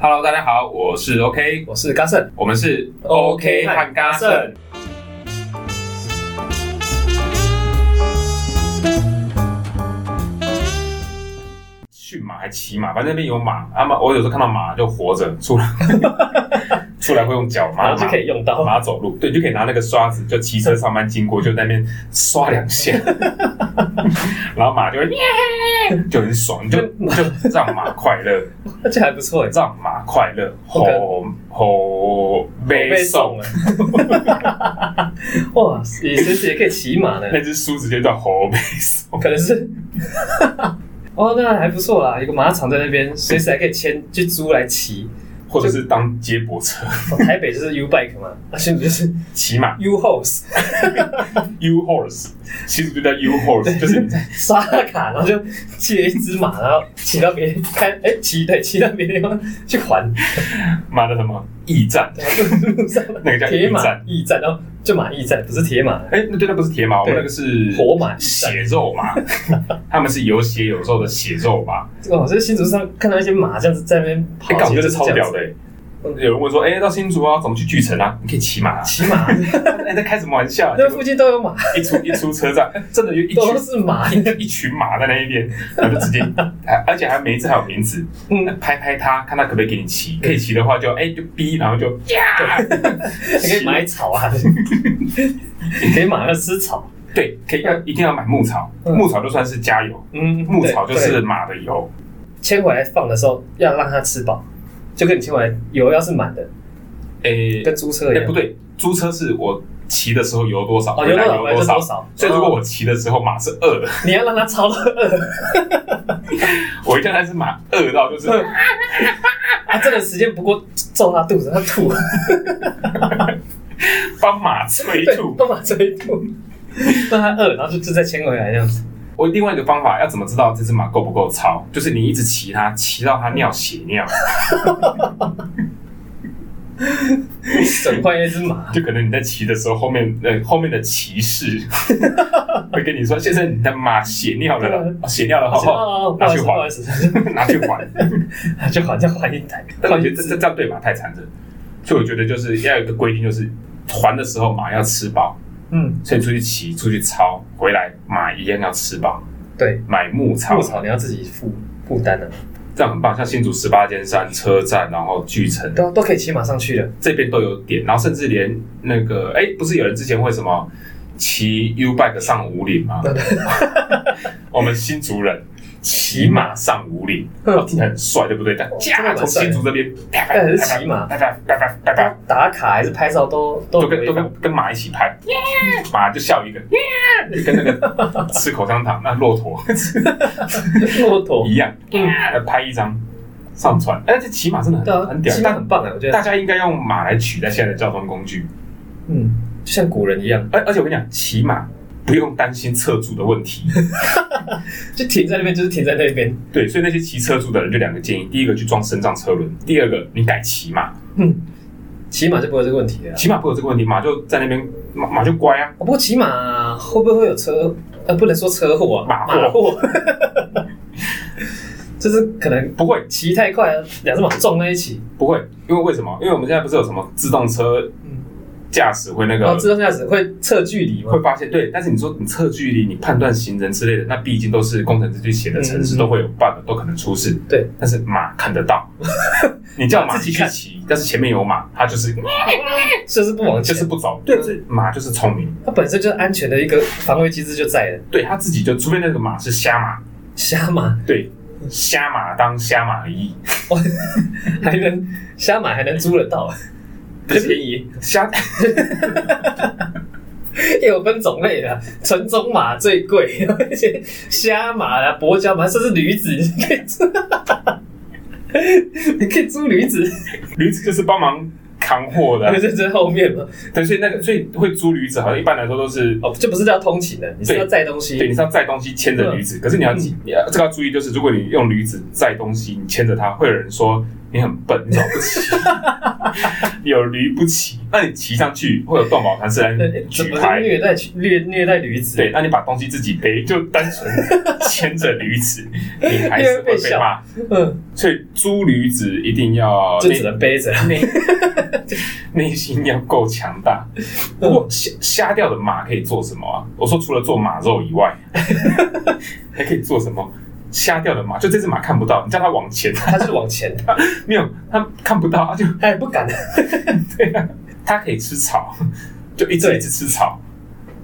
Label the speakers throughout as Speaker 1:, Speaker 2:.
Speaker 1: Hello，大家好，我是 OK，
Speaker 2: 我是嘉盛，
Speaker 1: 我们是
Speaker 2: OK 和
Speaker 1: 嘎
Speaker 2: 嘉
Speaker 1: 盛
Speaker 2: 盛。
Speaker 1: 驯马还骑马，反正那边有马啊马，我有时候看到马就活着出来， 出来会用脚
Speaker 2: 然
Speaker 1: 马
Speaker 2: 后就
Speaker 1: 马
Speaker 2: 可以用到。
Speaker 1: 马走路，对，你就可以拿那个刷子，就骑车上班经过，就在那边刷两 下，然后马就会 耶，就很爽，你就就让马快乐，
Speaker 2: 这还不错哎，
Speaker 1: 让马快乐，
Speaker 2: OK
Speaker 1: 吼吼背
Speaker 2: 被
Speaker 1: 送
Speaker 2: 送，了。 哇，你随时也可以骑马呢，
Speaker 1: 那只书直接叫吼背 送，
Speaker 2: 可能是。 哦，那还不错啦，有个马场在那边，随时还可以签去租来骑。
Speaker 1: 或者是当接驳车，
Speaker 2: 哦台北就是 U Bike 嘛，那现在就是
Speaker 1: 骑马
Speaker 2: U Horse
Speaker 1: U horse，其实就 叫 U horse，就是你在
Speaker 2: 刷卡，然后就借一只马，然后骑到别人看，哎，骑对，骑到别的地方去还，
Speaker 1: 马的什么驿站，
Speaker 2: 然后路路上
Speaker 1: 那个叫
Speaker 2: 铁
Speaker 1: 驿
Speaker 2: 马
Speaker 1: 站。
Speaker 2: 驿站，然后就马驿站，不是铁马，
Speaker 1: 哎，那对，那不是铁马，我们
Speaker 2: 对
Speaker 1: 那个是
Speaker 2: 活马驿站
Speaker 1: 血肉马， 他们是有血有肉的血肉马。
Speaker 2: 哦，在新竹上看到一些马这样子在那边跑，
Speaker 1: 哎、干我觉得超
Speaker 2: 这样
Speaker 1: 屌
Speaker 2: 子
Speaker 1: 的、欸。有人问说，哎、到新竹啊，怎么去巨城啊？你可以骑马、 啊。
Speaker 2: 骑马，
Speaker 1: 哎、在开什么玩笑、 啊？
Speaker 2: 那附近都有马，
Speaker 1: 一出一出车站，哎真的有一
Speaker 2: 都
Speaker 1: 群
Speaker 2: 是 马。
Speaker 1: 一群马在那一边，然后就直接，还而且还每一次还有名字，
Speaker 2: 嗯，
Speaker 1: 拍拍它，看它可不可以给你骑。可以骑的话就，哎、就逼，然后就呀，
Speaker 2: 还可以买草啊， 给马要吃草。
Speaker 1: 对，可以要一定要买牧草，
Speaker 2: 嗯
Speaker 1: 牧草就算是加油，
Speaker 2: 嗯，
Speaker 1: 牧草就
Speaker 2: 对
Speaker 1: 是
Speaker 2: 对
Speaker 1: 马的油。
Speaker 2: 牵回来放的时候要让它吃饱，就跟你牵回来油要是满的，
Speaker 1: 哎、
Speaker 2: 跟租车
Speaker 1: 哎、
Speaker 2: 一样
Speaker 1: 不。对，租车是我骑的时候油多少，
Speaker 2: 哦，
Speaker 1: 回
Speaker 2: 油
Speaker 1: 来
Speaker 2: 多少
Speaker 1: 油
Speaker 2: 回来
Speaker 1: 多
Speaker 2: 就
Speaker 1: 少
Speaker 2: 多。少。
Speaker 1: 所以如果
Speaker 2: 哦
Speaker 1: 我骑的时候马是饿的，
Speaker 2: 你要让它超到饿，哦
Speaker 1: 我一定要那只马饿到就是
Speaker 2: 嗯它真的啊时间不够揍它肚子，它 吐，
Speaker 1: 帮马催
Speaker 2: 对
Speaker 1: 吐，。
Speaker 2: 都把这一吐，让它饿，然后就就再牵回来这样子。
Speaker 1: 我另外一个方法要怎么知道这只马够不够超？就是你一直骑它，骑到它尿血尿，
Speaker 2: 损坏一只马，
Speaker 1: 就可能你在骑的时候，后面呃后面的骑 士会跟你说：“先生，你的马血尿了啦，哦 血尿了，
Speaker 2: 哦
Speaker 1: 哈
Speaker 2: 哦，不
Speaker 1: 拿
Speaker 2: 好意
Speaker 1: 去还
Speaker 2: 思，不好意思，
Speaker 1: 哈，拿去还。
Speaker 2: 就好像还一台”，
Speaker 1: 但我觉得
Speaker 2: 换一
Speaker 1: 这
Speaker 2: 只
Speaker 1: 这这样对马太残忍，所以我觉得就是要有一个规定，就是还的时候马要吃饱，
Speaker 2: 嗯，
Speaker 1: 所以出去骑出去超回来马一样要吃饱，
Speaker 2: 对，
Speaker 1: 买牧草
Speaker 2: 牧，草你要自己负负担的，
Speaker 1: 这样很棒。像新竹十八间山车站，然后巨城，
Speaker 2: 都都可以骑马上去的。
Speaker 1: 这边都有点，然后甚至连那个，哎，不是有人之前会什么骑 U bike 上五岭吗？我们新竹人骑马上五岭，
Speaker 2: 嗯
Speaker 1: 听起来很帅，对不对？但
Speaker 2: 哦真的
Speaker 1: 驾
Speaker 2: 蛮
Speaker 1: 从
Speaker 2: 帅
Speaker 1: 新
Speaker 2: 的
Speaker 1: 竹这边，拜
Speaker 2: 但是骑马哦
Speaker 1: 拜拜拜拜拜拜，
Speaker 2: 打 卡还是拍照都都
Speaker 1: 都
Speaker 2: 可
Speaker 1: 跟
Speaker 2: 以
Speaker 1: 都 跟跟马一起拍， 马就笑一个， 就跟那个吃口香糖那骆驼
Speaker 2: 骆驼，
Speaker 1: 一样，拍一张上传。哎，这骑马真的
Speaker 2: 嗯对
Speaker 1: 很
Speaker 2: 啊
Speaker 1: 很，屌
Speaker 2: 骑，马
Speaker 1: 但
Speaker 2: 很棒啊，我觉
Speaker 1: 大
Speaker 2: 得，
Speaker 1: 家应该用马来取代现在的交通工具。
Speaker 2: 嗯，就像古人一样，
Speaker 1: 而而且我跟你讲，骑马不用担心车主的问 题。
Speaker 2: 就停在那边就是停在那边，
Speaker 1: 对，所以那些骑车主的人就两个建议：第一个去装升降车轮，第二个你改骑马。
Speaker 2: 嗯，骑马就不会有这个问题了。啊
Speaker 1: 骑马不会有这个问题，马就在那边，马马就乖啊。
Speaker 2: 哦不过骑马会不会有车？呃，不能说车祸啊，
Speaker 1: 马祸
Speaker 2: 马祸， 就是可能
Speaker 1: 不会
Speaker 2: 骑太快，啊两只马撞在一起，
Speaker 1: 不会，因为为什么？因为我们现在不是有什么自动车
Speaker 2: 嗯
Speaker 1: 驾驶会那
Speaker 2: 然后
Speaker 1: 个。
Speaker 2: 哦自动驾驶会测距离嘛
Speaker 1: 会？发现对，但是你说你测距离、你判断行人之类的，那毕竟都是工程师去写的程式，
Speaker 2: 嗯嗯嗯
Speaker 1: 都会有 bug，都可能出事。
Speaker 2: 对，
Speaker 1: 但是马看得 到，你叫马
Speaker 2: 自己
Speaker 1: 继续
Speaker 2: 看
Speaker 1: 骑，但是前面有马，它 就是
Speaker 2: 就是不往
Speaker 1: 就
Speaker 2: 前
Speaker 1: 是，不走。对，是马就是聪明，
Speaker 2: 它本身就是安全的一个防卫机制就在了。
Speaker 1: 对他自己就，除非那个马是瞎马，
Speaker 2: 瞎马
Speaker 1: 对，瞎马当瞎马医，
Speaker 2: 还能瞎马还能租得到，
Speaker 1: 不是
Speaker 2: 还便宜，
Speaker 1: 瞎
Speaker 2: 也有分种类的，啊纯种马最贵， 然后一些瞎马啦、薄角马，甚至驴子，你可以租， 你可以租驴子，
Speaker 1: 驴子就是帮忙扛货的
Speaker 2: 不
Speaker 1: 啊，
Speaker 2: 是在后面吗？
Speaker 1: 对，所以那个所以会租驴子，好像一般来说都是。
Speaker 2: 哦，就不是叫通勤的，你是
Speaker 1: 对
Speaker 2: 要载东
Speaker 1: 对，
Speaker 2: 西，
Speaker 1: 你是要载东西牵着驴子，可是你要记，你要这个要注意，就是如果你用驴子载东西，你牵着它，会有人说：“你很笨，你怎么不 骑？有驴不骑，那你骑上去会有动保团是来
Speaker 2: 对怎
Speaker 1: 举
Speaker 2: 么
Speaker 1: 牌
Speaker 2: 是，虐待虐虐待驴子？
Speaker 1: 对，，那你把东西自己背，就单 纯牵着驴子，你还是会被骂。
Speaker 2: 嗯，
Speaker 1: 所以租驴子一定要
Speaker 2: 就只能背着。
Speaker 1: 内 内心要够强 大。不过瞎瞎掉的马可以做什么啊？我说除了做马肉以 外，还可以做什么？瞎掉的马，就这只马看不到，你叫它往前，
Speaker 2: 他是往前，
Speaker 1: 没有，它看不到，它就
Speaker 2: 他也不敢，
Speaker 1: 它可以吃草，就一直
Speaker 2: 对
Speaker 1: 一直吃草。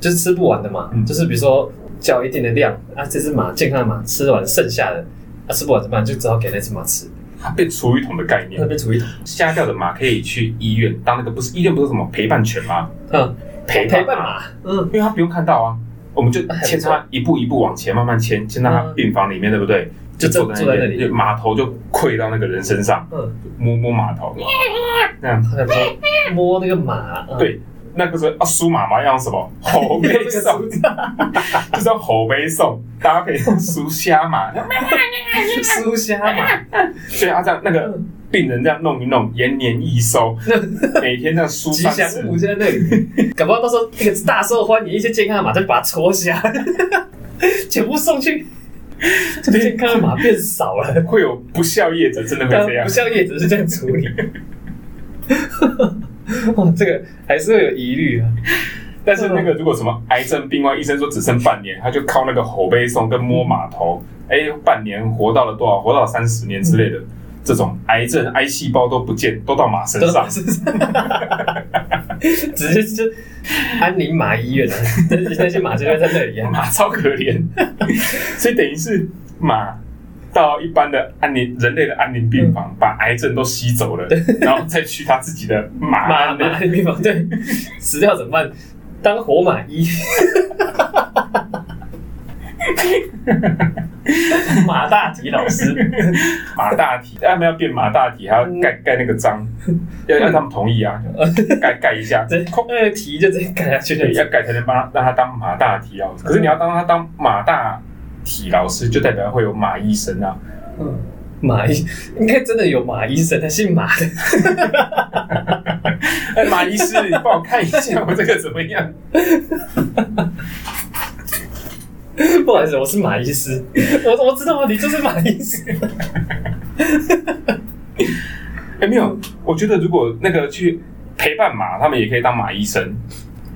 Speaker 2: 就是吃不完的嘛。
Speaker 1: 嗯
Speaker 2: 就是比如说叫一定的量啊，这只马健康的马吃完剩下的，啊吃不完怎么办？就只好给那只马吃，
Speaker 1: 它变厨余桶的概念
Speaker 2: 那，边煮一桶。
Speaker 1: 瞎掉的马可以去医院当那个不是医院不是什么陪伴犬吗？
Speaker 2: 嗯，
Speaker 1: 陪
Speaker 2: 陪
Speaker 1: 伴
Speaker 2: 伴
Speaker 1: 马，
Speaker 2: 马，嗯，
Speaker 1: 因为它不用看到啊，我们就
Speaker 2: 还不
Speaker 1: 牵着
Speaker 2: 错
Speaker 1: 它一步一步往前，慢慢牵，牵到它
Speaker 2: 哎嗯
Speaker 1: 病房里面，对不对？
Speaker 2: 就
Speaker 1: 坐
Speaker 2: 坐坐在那里
Speaker 1: 就马头就跪到那个人身上，
Speaker 2: 嗯，
Speaker 1: 摸摸马头，那样。
Speaker 2: 他说摸那个马，嗯
Speaker 1: 对那个时候啊，苏妈妈要用什么吼背 送，就是要吼背送搭配苏虾 嘛，
Speaker 2: 苏虾嘛，
Speaker 1: 所以他这样那个
Speaker 2: 嗯
Speaker 1: 病人这样弄一弄，延年益寿，每天这样梳
Speaker 2: 吉
Speaker 1: 三
Speaker 2: 祥
Speaker 1: 次
Speaker 2: 物就在那里，搞不好到时候那个大受欢迎，一些健康的马再把它戳瞎， 全部送去， 这个健康的马变少了，
Speaker 1: 会有不孝业者真的会
Speaker 2: 但
Speaker 1: 这样
Speaker 2: 呃不，像叶子是这样处理。 哇，这个还是会有疑虑啊！
Speaker 1: 但是那个如果什么癌症病患，医生说只剩半年，他就靠那个吼背送跟摸马头，哎、半年活到了多少？活到三十年之类的，
Speaker 2: 嗯
Speaker 1: 这种癌症癌细胞都不见，都到马身 上。
Speaker 2: 是是，直接就安宁马医院啊， 那些马就会在那 里啊。
Speaker 1: 马超可怜， 所以等于是马到一般的安宁人类的安宁病
Speaker 2: 嗯
Speaker 1: 房，把癌症都吸走 了，然后再去他自己的马
Speaker 2: 马
Speaker 1: 安
Speaker 2: 马
Speaker 1: 的
Speaker 2: 的地方，对，死掉怎么办？当活马医。 马大体老师，
Speaker 1: 马大体，他们要变马大体，还要盖
Speaker 2: 嗯
Speaker 1: 盖那个章，要要他们同意 啊，盖盖一下，
Speaker 2: 这那个题就直接改下去
Speaker 1: 对，
Speaker 2: 了。
Speaker 1: 要盖才能帮他让他当马大体老师。可是你要当他当马大体老师，就代表会有马医生啊，
Speaker 2: 嗯，马医应该真的有马医生，他姓马的，
Speaker 1: 哎，马医师，你帮我看一下我这个怎么样？
Speaker 2: 不好意思，我是马医师， 我我知道啊你就是马医师。
Speaker 1: 哎、没有，我觉得如果那个去陪伴马，他们也可以当马医生。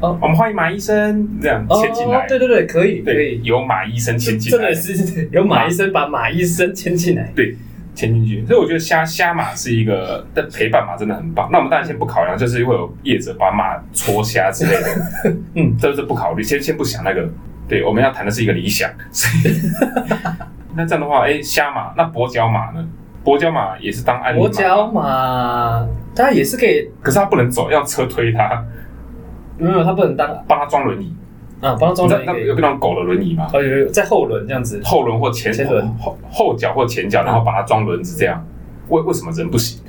Speaker 2: 哦
Speaker 1: 我们欢迎马医生，这样牵进来。
Speaker 2: 对对对，可以可
Speaker 1: 对
Speaker 2: 以，
Speaker 1: 由马医生牵进
Speaker 2: 真
Speaker 1: 来
Speaker 2: 的，是有马医生把马医生牵进 来。
Speaker 1: 对，牵进去。所以我觉得瞎瞎马是一个，但陪伴马真的很棒。那我们当然先不考量，就是会有业者把马戳瞎之类的，嗯，这是不考虑，先先不想那个。对，我们要谈的是一个理想。 所以那这样的话，哎、瞎马，那跛脚马呢？跛脚马也是当安宁
Speaker 2: 我
Speaker 1: 马，
Speaker 2: 角马，他也是可以，
Speaker 1: 可是它不能走，要车推它，
Speaker 2: 没有他不能当
Speaker 1: 帮它装轮椅。
Speaker 2: 啊，帮他装
Speaker 1: 你知
Speaker 2: 人
Speaker 1: 道那
Speaker 2: 也可以
Speaker 1: 有。个那种狗的轮椅吗？
Speaker 2: 哦，有有在后轮这样子，
Speaker 1: 后轮或前
Speaker 2: 前轮
Speaker 1: 后后脚或前脚，然后把它装轮子这样。为为什么人不行？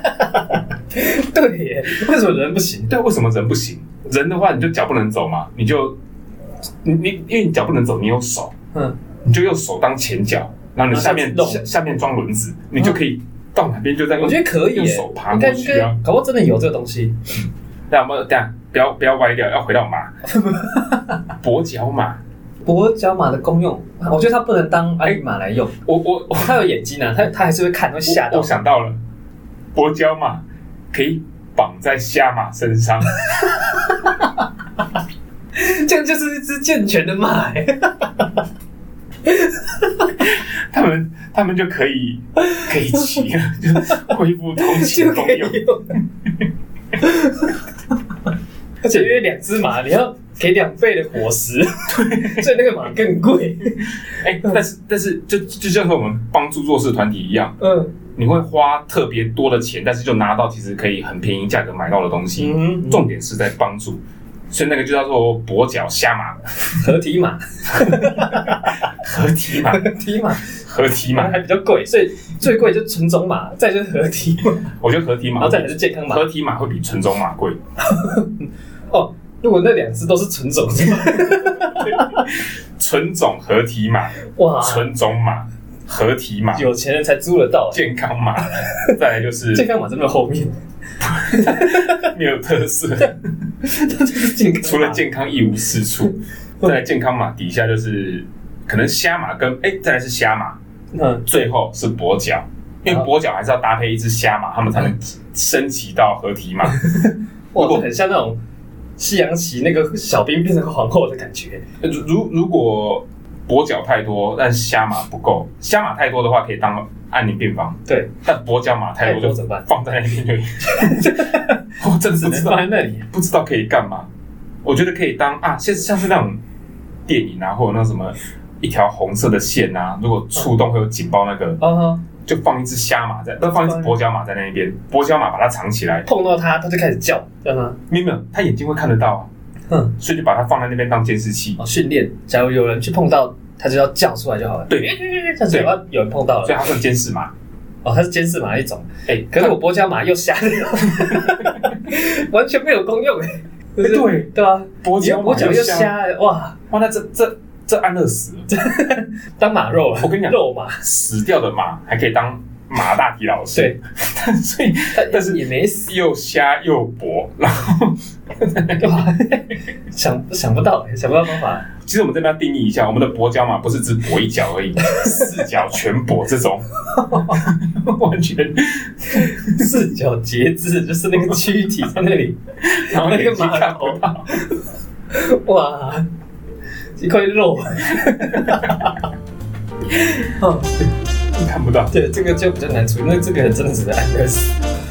Speaker 2: 对耶，为什么人不行？
Speaker 1: 对，为什么人不行？人的话，你就脚不能走嘛，你就你你因为你脚不能走，你有手，
Speaker 2: 嗯，
Speaker 1: 你就用手当前脚，然后你下面
Speaker 2: 然后这样子
Speaker 1: 下
Speaker 2: 弄嗯
Speaker 1: 下面装轮子，你就可以到哪边就在。
Speaker 2: 我觉得可以
Speaker 1: 用
Speaker 2: 耶
Speaker 1: 手，爬
Speaker 2: 应
Speaker 1: 过
Speaker 2: 该应
Speaker 1: 去
Speaker 2: 该
Speaker 1: 啊。，
Speaker 2: 搞不好真的有这个东西。
Speaker 1: 那啊我们等一下不要不要歪掉，要回到 马，跛脚马。
Speaker 2: 跛脚马的功用，我觉得它不能当安利马来用，
Speaker 1: 我我我
Speaker 2: 嗯哎它有眼睛啊，它它还是会看，会吓
Speaker 1: 我
Speaker 2: 到
Speaker 1: 我。想到了，跛脚马可以绑在瞎马身上。
Speaker 2: 这样就是一只健全的马耶，
Speaker 1: 他们他们就可以可以骑了，就是恢复通勤
Speaker 2: 就
Speaker 1: 功
Speaker 2: 可以
Speaker 1: 用。
Speaker 2: 用。而且因为两只马，你要给两倍的伙食， 所以那个马更贵。
Speaker 1: 哎、但是但是就就像是我们帮助弱势团体一样，
Speaker 2: 嗯
Speaker 1: 你会花特别多的钱，但是就拿到其实可以很便宜价格买到的东西。
Speaker 2: 嗯，
Speaker 1: 重点是在帮助，所以那个就叫做跛脚瞎马、
Speaker 2: 合体马，
Speaker 1: 合体马、
Speaker 2: 合体马
Speaker 1: 合体马
Speaker 2: 马。还比较贵，所以最贵就是纯种马，再就是合体马，
Speaker 1: 我觉得合体
Speaker 2: 然
Speaker 1: 马
Speaker 2: 后再来是健康马。
Speaker 1: 合体马会比纯种马贵，
Speaker 2: 哦，如果那两只都是纯种 的话，
Speaker 1: 纯种合体马、
Speaker 2: 哇，
Speaker 1: 纯种马合体码、
Speaker 2: 有钱人才租得到。
Speaker 1: 健康码，再来就是
Speaker 2: 健康码真的后面，
Speaker 1: 没有特色，
Speaker 2: 它就是健康码
Speaker 1: 除了健康一无是处。再来健康码底下就是可能虾码跟哎、再来是虾码，
Speaker 2: 嗯
Speaker 1: 最后是跛脚，因为
Speaker 2: 啊
Speaker 1: 跛脚还是要搭配一只虾码，他们才能升级到合体码。
Speaker 2: 哇，这很像那种西洋棋那个小兵变成皇后的感觉。
Speaker 1: 如 如如果跛脚太多，但虾码不够，虾码太多的话可以当按铃病房，
Speaker 2: 对，
Speaker 1: 但跛脚码太多
Speaker 2: 太多
Speaker 1: 就
Speaker 2: 怎么办
Speaker 1: 放在那边就， 我真的
Speaker 2: 只
Speaker 1: 不
Speaker 2: 能
Speaker 1: 知
Speaker 2: 放在
Speaker 1: 道
Speaker 2: 那里。
Speaker 1: 不知道可以干嘛。我觉得可以当啊，像像是那种电影啊，或者那什么一条红色的线啊，如果触动会有警报那个，
Speaker 2: 啊，
Speaker 1: 就放一只虾马在，那放一只跛脚马在那边，跛脚马把它藏起来，
Speaker 2: 碰到它，它就开始叫，让它
Speaker 1: 没有没有，它眼睛会看得到啊，
Speaker 2: 嗯，
Speaker 1: 所以就把它放在那边当监视器，
Speaker 2: 哦训练。假如有人去碰到，它就要叫出来就好了。
Speaker 1: 对
Speaker 2: 像只要哦有人碰到
Speaker 1: 所以
Speaker 2: 了，
Speaker 1: 它算监视马。
Speaker 2: 哦，它是监视马一种。
Speaker 1: 哎、
Speaker 2: 可是我波加马又瞎 了，完全没有功用。就是
Speaker 1: 对
Speaker 2: 对啊，
Speaker 1: 跛
Speaker 2: 你要
Speaker 1: 脚
Speaker 2: 跛
Speaker 1: 马
Speaker 2: 脚又，瞎，哇，
Speaker 1: 哇，那这这这安乐死了，
Speaker 2: 当马肉了。
Speaker 1: 我跟你讲
Speaker 2: 肉马，
Speaker 1: 死掉的马还可以当马大体老师，
Speaker 2: 对，
Speaker 1: 所以但是
Speaker 2: 也 没死，
Speaker 1: 又瞎又跛，然后。
Speaker 2: 对吧？想想不到，想不到方法。
Speaker 1: 其实我们这边要定义一下，我们的跛脚马不是只跛一脚而已，四脚全跛这种，完全
Speaker 2: 四脚节制就是那个躯体在那里，
Speaker 1: 然后
Speaker 2: 那
Speaker 1: 眼
Speaker 2: 个
Speaker 1: 睛
Speaker 2: 马
Speaker 1: 看不
Speaker 2: 头，
Speaker 1: 到。
Speaker 2: 哇，一块 肉。哦，
Speaker 1: 看不到。
Speaker 2: 对，这个就比较难处理，那这个人真的只能安乐死。